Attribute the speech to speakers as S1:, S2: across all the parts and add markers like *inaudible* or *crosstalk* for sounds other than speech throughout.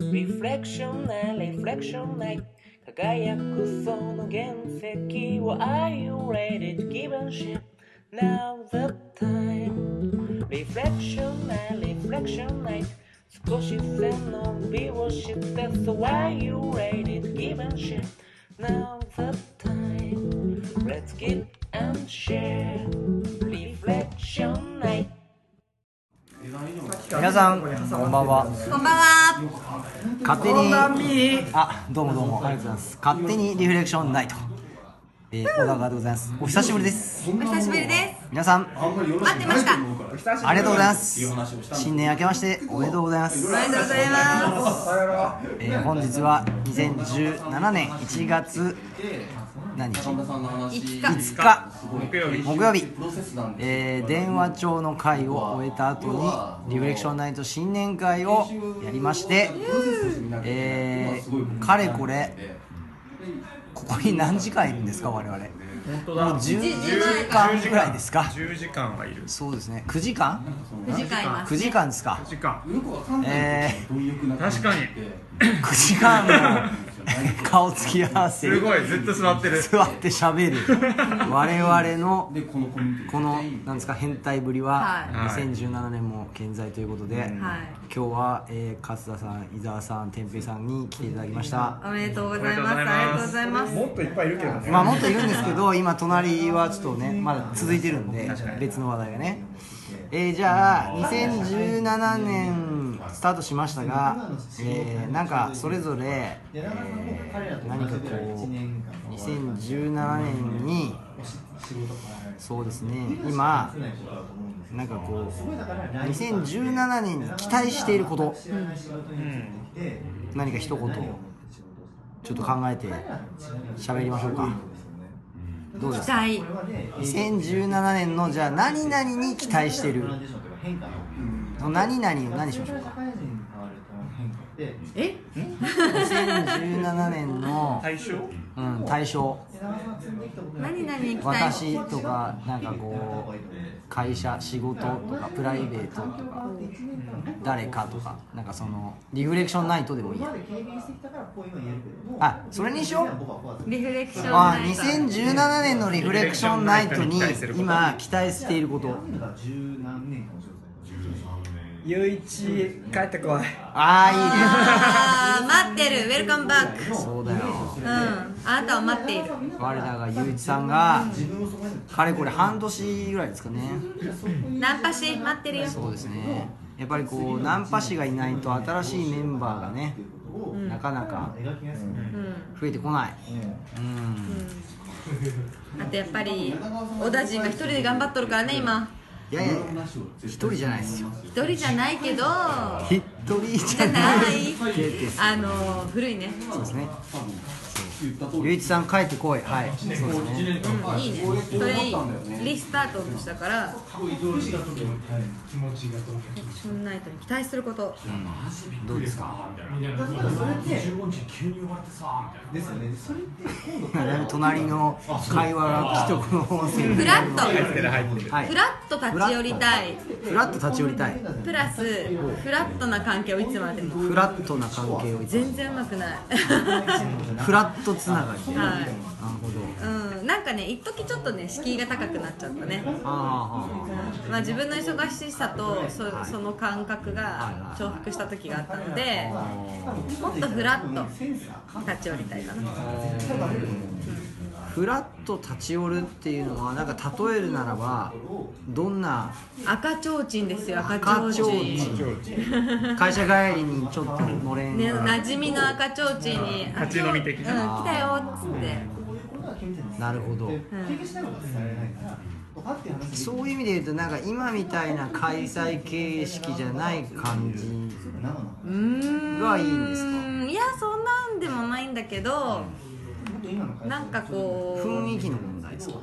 S1: Reflection な Reflection night 輝くその原石を Are you ready to give a shit? Now the time Reflection な Reflection night 少し背伸びをして So are you ready to give a shit? Now the time Let's give and share Reflection night
S2: 皆さんこんばんは
S3: こんばんは。
S2: 勝手にあどうもどうもありがとうございます勝手にリフレクションナイトえー、小田川でございますお久しぶりです
S3: お久しぶりで
S2: 皆さん
S3: す。待ってました。
S2: ありがとうございます新年明けましておめでとうございます
S3: おめでとうございます。
S2: えー本日は2017年1月何日
S3: 5日。
S2: 5日木曜日、えー電話帳の会を終えた後にリフレクションナイト新年会をやりまして、えーかれこれここに何時間いるんですか我々もう10時間ぐらいですか
S4: 10時間はいる
S2: そうですね9時間
S3: 9時間います。
S2: 9時間ですか
S4: 時間
S2: え
S4: 確かに
S2: ー、9時間の顔つき合わせ
S4: すごいずっと座ってる
S2: 座って喋る我々のこのなんですか変態ぶりは
S3: は
S2: 2017年も健在ということで、
S3: は
S2: 今日は、えー勝田さん伊沢さん天平さんに来ていただきました
S3: い。おめでとうございます。ありがとうございます。
S4: もっといっぱいいるけどね
S2: まあもっといるんですけど今隣はちょっとねまだ続いてるんで別の話題がねえーじゃあ2017年スタートしましたが、えーなんかそれぞれ、えー何かこう2017年にそうですね今なんかこう2017年に期待していること、何か一言ちょっと考えて喋りましょうかどうです
S3: 期
S2: か
S3: 待。
S2: 2017年のじゃあ何々に期待してるの何々を何しましょうか
S3: え？
S2: 2017年の、
S4: 対象
S2: うん、対象
S3: 何々に期待。
S2: 私とかなんかこう会社仕事とかプライベートとか誰かとかなんかそのリフレクションナイトでもいいやあそれにしよう
S3: リフレクション
S2: あ
S3: ナイト。
S2: 2017年のリフレクションナイトに今期待していること
S5: ゆういち帰ってこい
S2: あ
S3: あー待ってる。ウェルカムバック。
S2: あいいねそうだよ
S3: うん。あなたを待っている。
S2: 我らがゆういちさんがかれこれ半年ぐらいですかね
S3: ナンパし待ってるよ。
S2: そうですねやっぱりこうナンパ師がいないと新しいメンバーがねなかなか
S3: うん。
S2: 増えてこないうん
S3: あとやっぱり小田人が一人で頑張っとるからね今。
S2: いやいやいや一人じゃないですよ
S3: 一人じゃないけど。
S2: 一人じ
S3: じ
S2: ゃ
S3: ゃ
S2: *laughs* ない
S3: ない。
S2: です
S3: あの古いね。
S2: そうですねゆういちさん帰ってこいはいそうですね
S3: うんいいね。それいい。リスタートしたから。そんな人に期待すること。
S2: どうですか隣の会話がきっとこの音声
S3: フ
S2: で
S3: ラッと。
S2: はい
S3: フラッと立ち寄りたい。
S2: フラッと立ち寄りたい
S3: プラス、フラットな関係をいつまでも。
S2: フラットな関係を
S3: 全然うまくない。 *laughs*
S2: フラットつながりなる
S3: はい。
S2: ほど
S3: うん、なんかね、一時ちょっとね、敷居が高くなっちゃったね。
S2: あ
S3: まあ、自分の忙しさとそその感覚が重複した時があったのでもっとフラッと立ち寄りたいかな
S2: あフラット立ち寄るっていうのはなんか例えるならばどんな
S3: 赤ちょうちんですよ赤ちょ
S2: 赤
S3: う
S2: ち
S3: ち
S2: ょうんち
S3: *laughs*
S2: ん会社帰りにちょっとのれん
S3: ね、
S2: な
S3: 馴染みの赤ちょうちんに
S4: 立ち飲み的な
S3: うん、来たよっつって、
S2: るほどそういう意味で言うとなんか今みたいな開催形式じゃない感じ
S3: うん、うーん
S2: がいいんですか
S3: いやそんなんでもないんだけど、なんかこう
S2: 雰囲気の問題ですか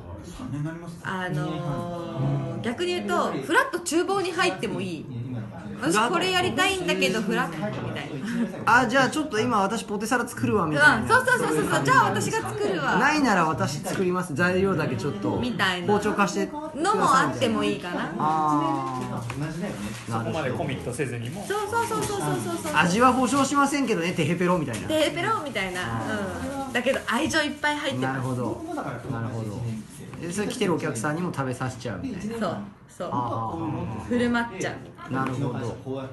S3: あのー逆に言うとフラッと厨房に入ってもいい私これやりたいんだけどフラットみたい
S2: あじゃあちょっと今私ポテサラ作るわみた
S3: な、
S2: い
S3: うん、
S2: な
S3: そうそうそうそうそうじゃあ私が作るわ
S2: ないなら私作ります材料だけちょっと
S3: みたいな
S2: 包丁貸してくださいみた
S3: の
S2: いな
S3: もあってもいいかな
S2: あーなるほど
S6: までコミットせずにも
S3: そうそうそうそうそうそうそう
S2: 味は保証しませんけどねテヘペロみたいな
S3: でペロみたいな、うん、だけど愛情いっぱい入って
S2: なる
S3: ま
S2: ほどなるほどでそれ来てるお客さんにも食べさせちゃうみたい
S3: す
S2: な
S3: そうそう
S2: あ
S3: 振る舞っちゃうみたい
S2: あなるほど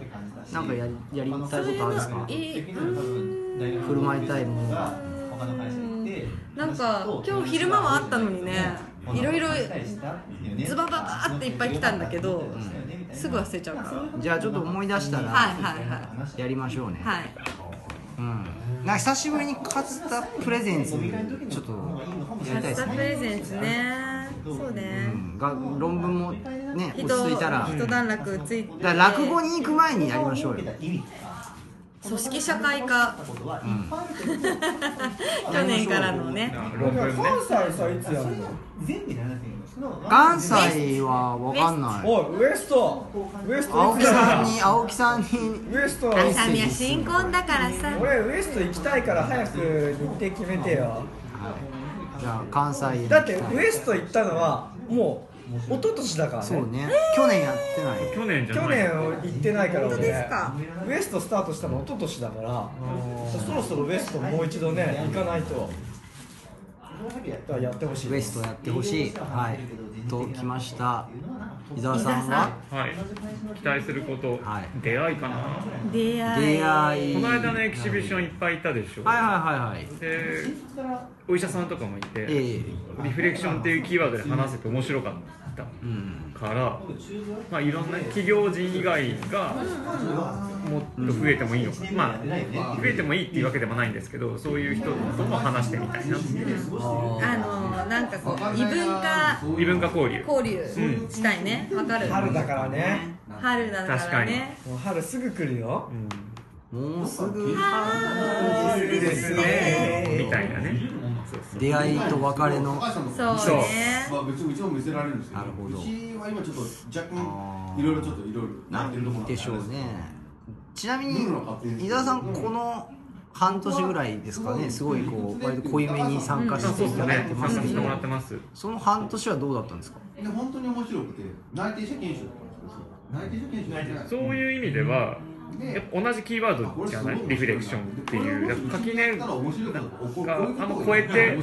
S2: なんかやりやりたいことあ
S3: なそうい
S2: るんです
S3: う
S2: か
S3: のいい
S2: 振る舞いたいものが
S3: なんか今日昼間はあったのにねいろいろズバババーっていっぱい来たんだけど、すぐ忘れちゃうから
S2: じゃあちょっと思い出した
S3: はい
S2: ら
S3: はいは
S2: やりましょうね、
S3: いはい
S2: うんなんか久しぶりに勝田プレゼンツちょっとやりたいです
S3: 明日
S2: ね、
S3: プレゼンツねそう
S2: う
S3: ね、
S2: ん、が論文もね落
S3: 一
S2: ち着いたら
S3: 一段落ついて
S2: だから落語に行く前にやりましょうよ
S3: 組織社会科、去年からのね
S4: 論文ね
S5: 関西さいつやるの
S2: 関西はわかんない
S5: おいウエストウエスト
S2: 青
S5: い
S2: 木
S5: つ
S2: さ
S5: や
S2: んに青木さんに
S5: るのウエスト
S3: 朝宮新婚だからさ
S5: 俺ウエスト行きたいから早く日程決めてよ
S2: じゃあ関西に行きたい
S5: だってウエスト行ったのはもう一昨年だからね
S2: そうね去年やってない
S6: 去年じゃ
S5: 去
S6: ない
S5: 年行ってないから俺
S3: 本当ですか
S5: ウエストスタートしたの一昨年だからそろそろウエストもう一度ね行かないとだからやってほしい
S2: ウエストやってほしいはいときました伊沢さんは
S4: はい期待すること、
S2: はい
S4: 出会いかな
S3: 出会い
S2: 出会い
S4: この間のエキシビションいっぱいいたでしょ
S2: はいはいはいはい
S4: でお医者さんとかもいて、
S2: ええ
S4: リフレクションっていうキーワードで話せて面白かった
S2: うん
S4: から、まあ、いろんな企業人以外がもっと増えてもいいのか、まあ、増えてもいいっていうわけでもないんですけどそういう人とも話してみたいなっていう
S3: あのなんかこう異文化
S4: 異文化交流
S3: 交流したいねわかる
S5: 春だからね
S3: 春だからね
S5: もう春すぐ来るよ
S2: もうすぐ
S3: 春ですね
S4: みたいなね
S2: 出会いと別れの
S3: そうね
S7: まあ、うちうちも見せられるんですけど
S2: なるほど
S7: うちは今ちょっと若干いろいろちょっといろいろなってるところ
S2: でしょうねちなみに伊沢さんこの半年ぐらいですかねすごいこう割と濃いめに参加
S4: あ
S2: し
S4: そ
S2: て
S4: う
S2: い
S4: です
S2: ただい
S4: ね
S2: てま
S4: 参
S2: す
S4: 加
S2: け
S4: して
S2: ど
S4: もらってます
S2: その半年はどうだったんですか
S7: で本当に面白くて内定者研修だったんですよ内定者研修
S4: そういう意味ではやっぱ同じキーワードじゃないリフレクションっていうだから垣根があの超えて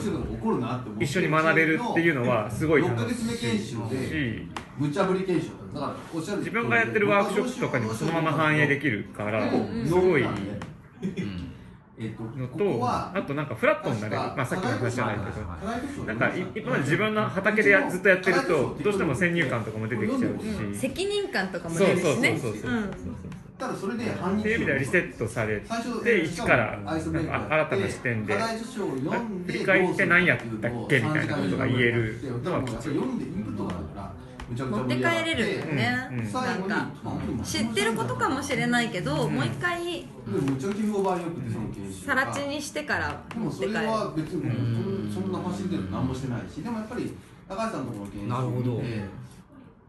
S4: 一緒に学べるっていうのはすごい
S7: 6ヶ
S4: 楽し
S7: 月目研修で
S4: いし
S7: 無茶ぶり研修だからおっしゃる
S4: 自分がやってるワークショップとかにもそのまま反映できるからす
S7: す
S4: ご
S7: ご
S4: い
S7: い
S4: の
S7: の
S4: とあとなんかフラットになれる、まあ、さっきの話じゃないけどなんかい今まで自分の畑でやずっとやってるとどうしても先入観とかも出てきちゃうし
S3: 責任感とかも
S4: そう
S3: 出る
S4: そう
S3: し
S4: そう
S3: ね
S4: そうそう
S3: うん
S7: ただそれで半日
S4: っていう意味ではリセットされて一からなんか新たな視点で
S7: 課題書を読んで
S4: 振り返って何やったっけみたいなことが言える
S7: だからもうやっぱり読んでインプットがあるからむちゃくち
S3: 持
S7: ゃ
S3: っ
S7: 盛
S3: て
S7: り
S3: 帰
S7: 上が
S3: れるよね
S4: うんうん
S3: なんか知ってることかもしれないけどもう一回
S7: でもむちゃくちゃ評判良くてその研修
S3: さ
S7: が
S3: ら地にしてから
S7: で
S3: 持
S7: も
S3: っ
S7: そ
S3: て帰
S7: れ
S3: る
S7: は別にもうそんそんな走ってるの何もしてないしでもやっぱり高橋さんのところの研修
S2: なるほど
S7: え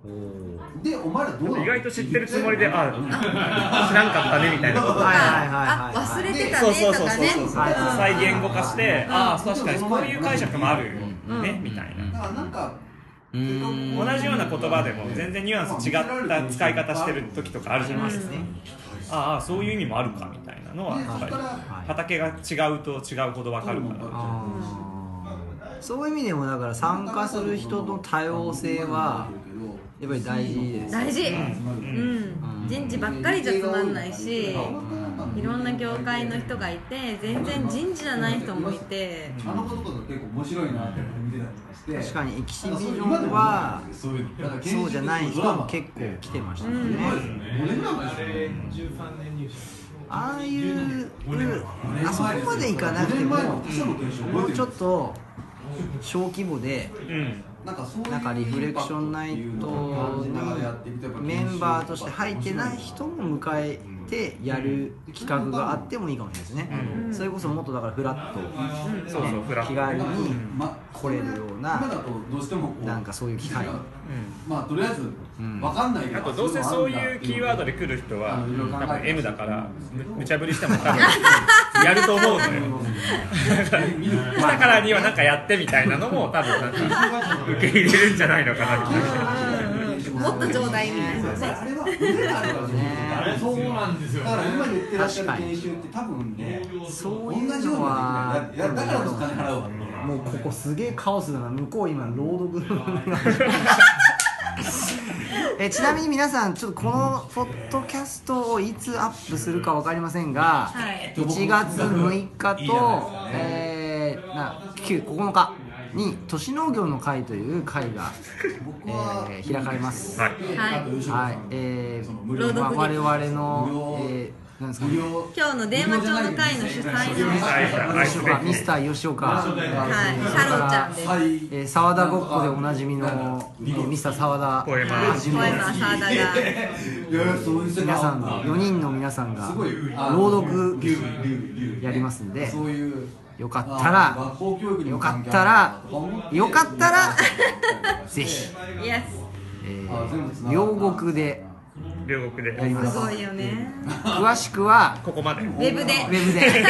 S2: おー
S7: えでお前らどうなの
S4: 意外と知ってるつもりであ知らんかったねみたいなこと
S2: はいはいは
S3: あ
S2: い
S3: 忘
S2: はい
S3: れてた
S6: そう
S3: ね
S6: そう
S3: と
S6: そう
S3: か
S6: そう
S3: ね
S6: そう
S2: はい
S6: 再言語化してああ確かにこういう解釈もある
S3: うん
S6: ねみたいな
S7: だからなんか
S2: うん
S6: 同じような言葉でも全然ニュアンス違った使い方してる時とかあるじゃないですかああそういう意味もあるかみたいなのは
S7: で
S6: や
S7: そ
S6: っ
S7: こ
S6: ぱ
S7: か
S6: り
S7: ら
S6: 畑が違うと違うほど分かるから
S2: あーそういう意味でもだから参加する人の多様性はやっぱり大事です
S3: 大事うん人事ばっかりじゃつまんないしいろんな業界の人がいて全然人事じゃない人もいて
S7: あの子とかが結構面白いなって見てたりとかし
S2: 確
S7: て
S2: かにエキシビ
S7: なん
S2: ジ
S7: か
S2: ョ
S7: そう今で
S2: ン
S7: も
S2: は
S7: そういうのだから研修
S2: そうじゃない人
S7: ドラマ
S2: も結構来てました
S3: う
S2: もん
S3: ん
S2: ね
S7: 5年ぐらい前ですよ
S2: ああいうあそこまでいかなくて
S7: 5年
S2: も
S7: 前の他社の研修覚
S2: も
S7: えて
S2: う
S7: る
S2: ちょっと小規模で
S4: うん
S7: なんかそういう
S2: なんかリフレクションナイトにメンバーとして入ってない人も迎えてやる企画があってもいいかもしれないですね、
S3: うん
S2: それこそもっとだからフラット、ね
S4: そうそうフラット
S2: 気軽に
S7: ま
S2: 来れるよう
S7: 今だ
S2: な
S7: とどうしてもこう
S2: なんかそういう機会
S7: まあとりあえず
S2: ん
S7: わかんないけ
S6: あとどうせそういうキーワードで来る人は多分 M だからむ無茶ぶりしても *laughs* 多分やると思うのよだからにはなんかやってみたいなのも多分なんか受け入れるんじゃないのかなみたいな
S3: もっと上代みたいなね
S7: あれは腕があるからできることあるん
S8: そうなん
S7: ですよ
S8: ですよ
S7: だから今言ってらっしゃる研修って多分ね
S2: そう
S7: 同
S2: い
S7: じよう
S2: う
S7: にできない
S2: のは
S7: だだだからこそ金払うわ
S2: もうここすげえカオスだな向こう今朗読
S3: *laughs*
S2: のえちなみに皆さんちょっとこのポッドキャストをいつアップするか分かりませんが、
S3: はい
S2: 1月6日
S8: いいじゃないです
S2: と
S8: かね
S2: えーな9 9日に都市農業の会という会が、
S7: 僕は
S2: えー開かれます。
S4: はい
S3: はい
S2: はい、えー
S7: 無
S3: 料
S2: まあ我々の
S7: 無料、
S2: えー、なんですか
S7: 無
S2: ね、
S7: 料
S3: 今日の電話帳の会の主催の
S7: 無料
S3: はい
S4: はいはい
S2: 吉岡ミスター吉岡、
S3: 太郎ちゃんです
S7: 最
S2: えー、沢田ごっこでおなじみの、えーミスター沢田
S4: ポエマ
S2: はじ
S3: 小
S2: め
S3: 山沢田が
S7: いやいやそういう世界
S2: 皆さん
S7: あ
S2: の
S7: った
S2: 4人の皆さんが
S7: すごいあの
S2: 朗読
S7: 竜竜竜
S2: やりますんで
S7: そういう
S2: よかったら
S7: 学校教育に
S2: よ
S7: も
S2: か
S7: 関
S2: っ
S7: 係
S2: た
S7: あ
S2: ら
S7: るのかと
S2: よ
S7: 思
S2: か
S7: て
S2: ったらぜひ、
S3: イエ
S2: え
S7: あ全部
S2: ー、
S7: 繋がった
S2: 両国で
S4: 両国
S2: やり
S4: で
S2: ますす
S3: すごいよね
S2: 詳しくは
S4: ここまで
S3: ウェブで
S2: ウェブで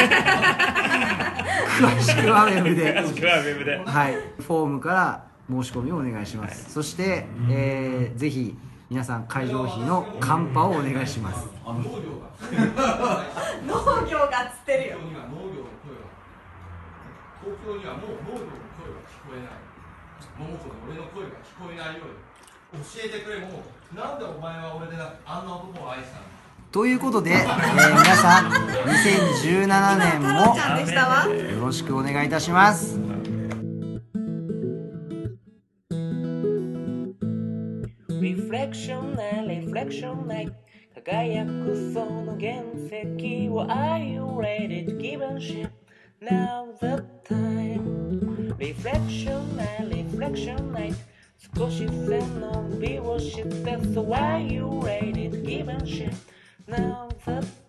S2: 詳しくはウェブ
S4: *laughs*
S2: で
S4: 詳しくはウェブで
S2: はい、フォームから申し込みをお願いします、そして、えーぜひ皆さん会場費のカンパをお願いします
S8: 東京にはもう農業の
S3: 農業がつってるよ
S8: 声が聞こえない桃子の俺の声が聞こえないように教えてくれ桃子なんでお前は俺でなくあんな男を愛したの
S2: ということで、えー皆さん2017
S3: 今
S2: 年
S3: 太郎
S2: も
S3: ちゃんでしたわ
S2: よろしくお願いいたします
S1: リフレクションなリフレクションな輝くその原石を Are you ready to give a shit? Now the time リフレクションなリフレクションな少し背伸びをして So are you ready to give a shit? Now the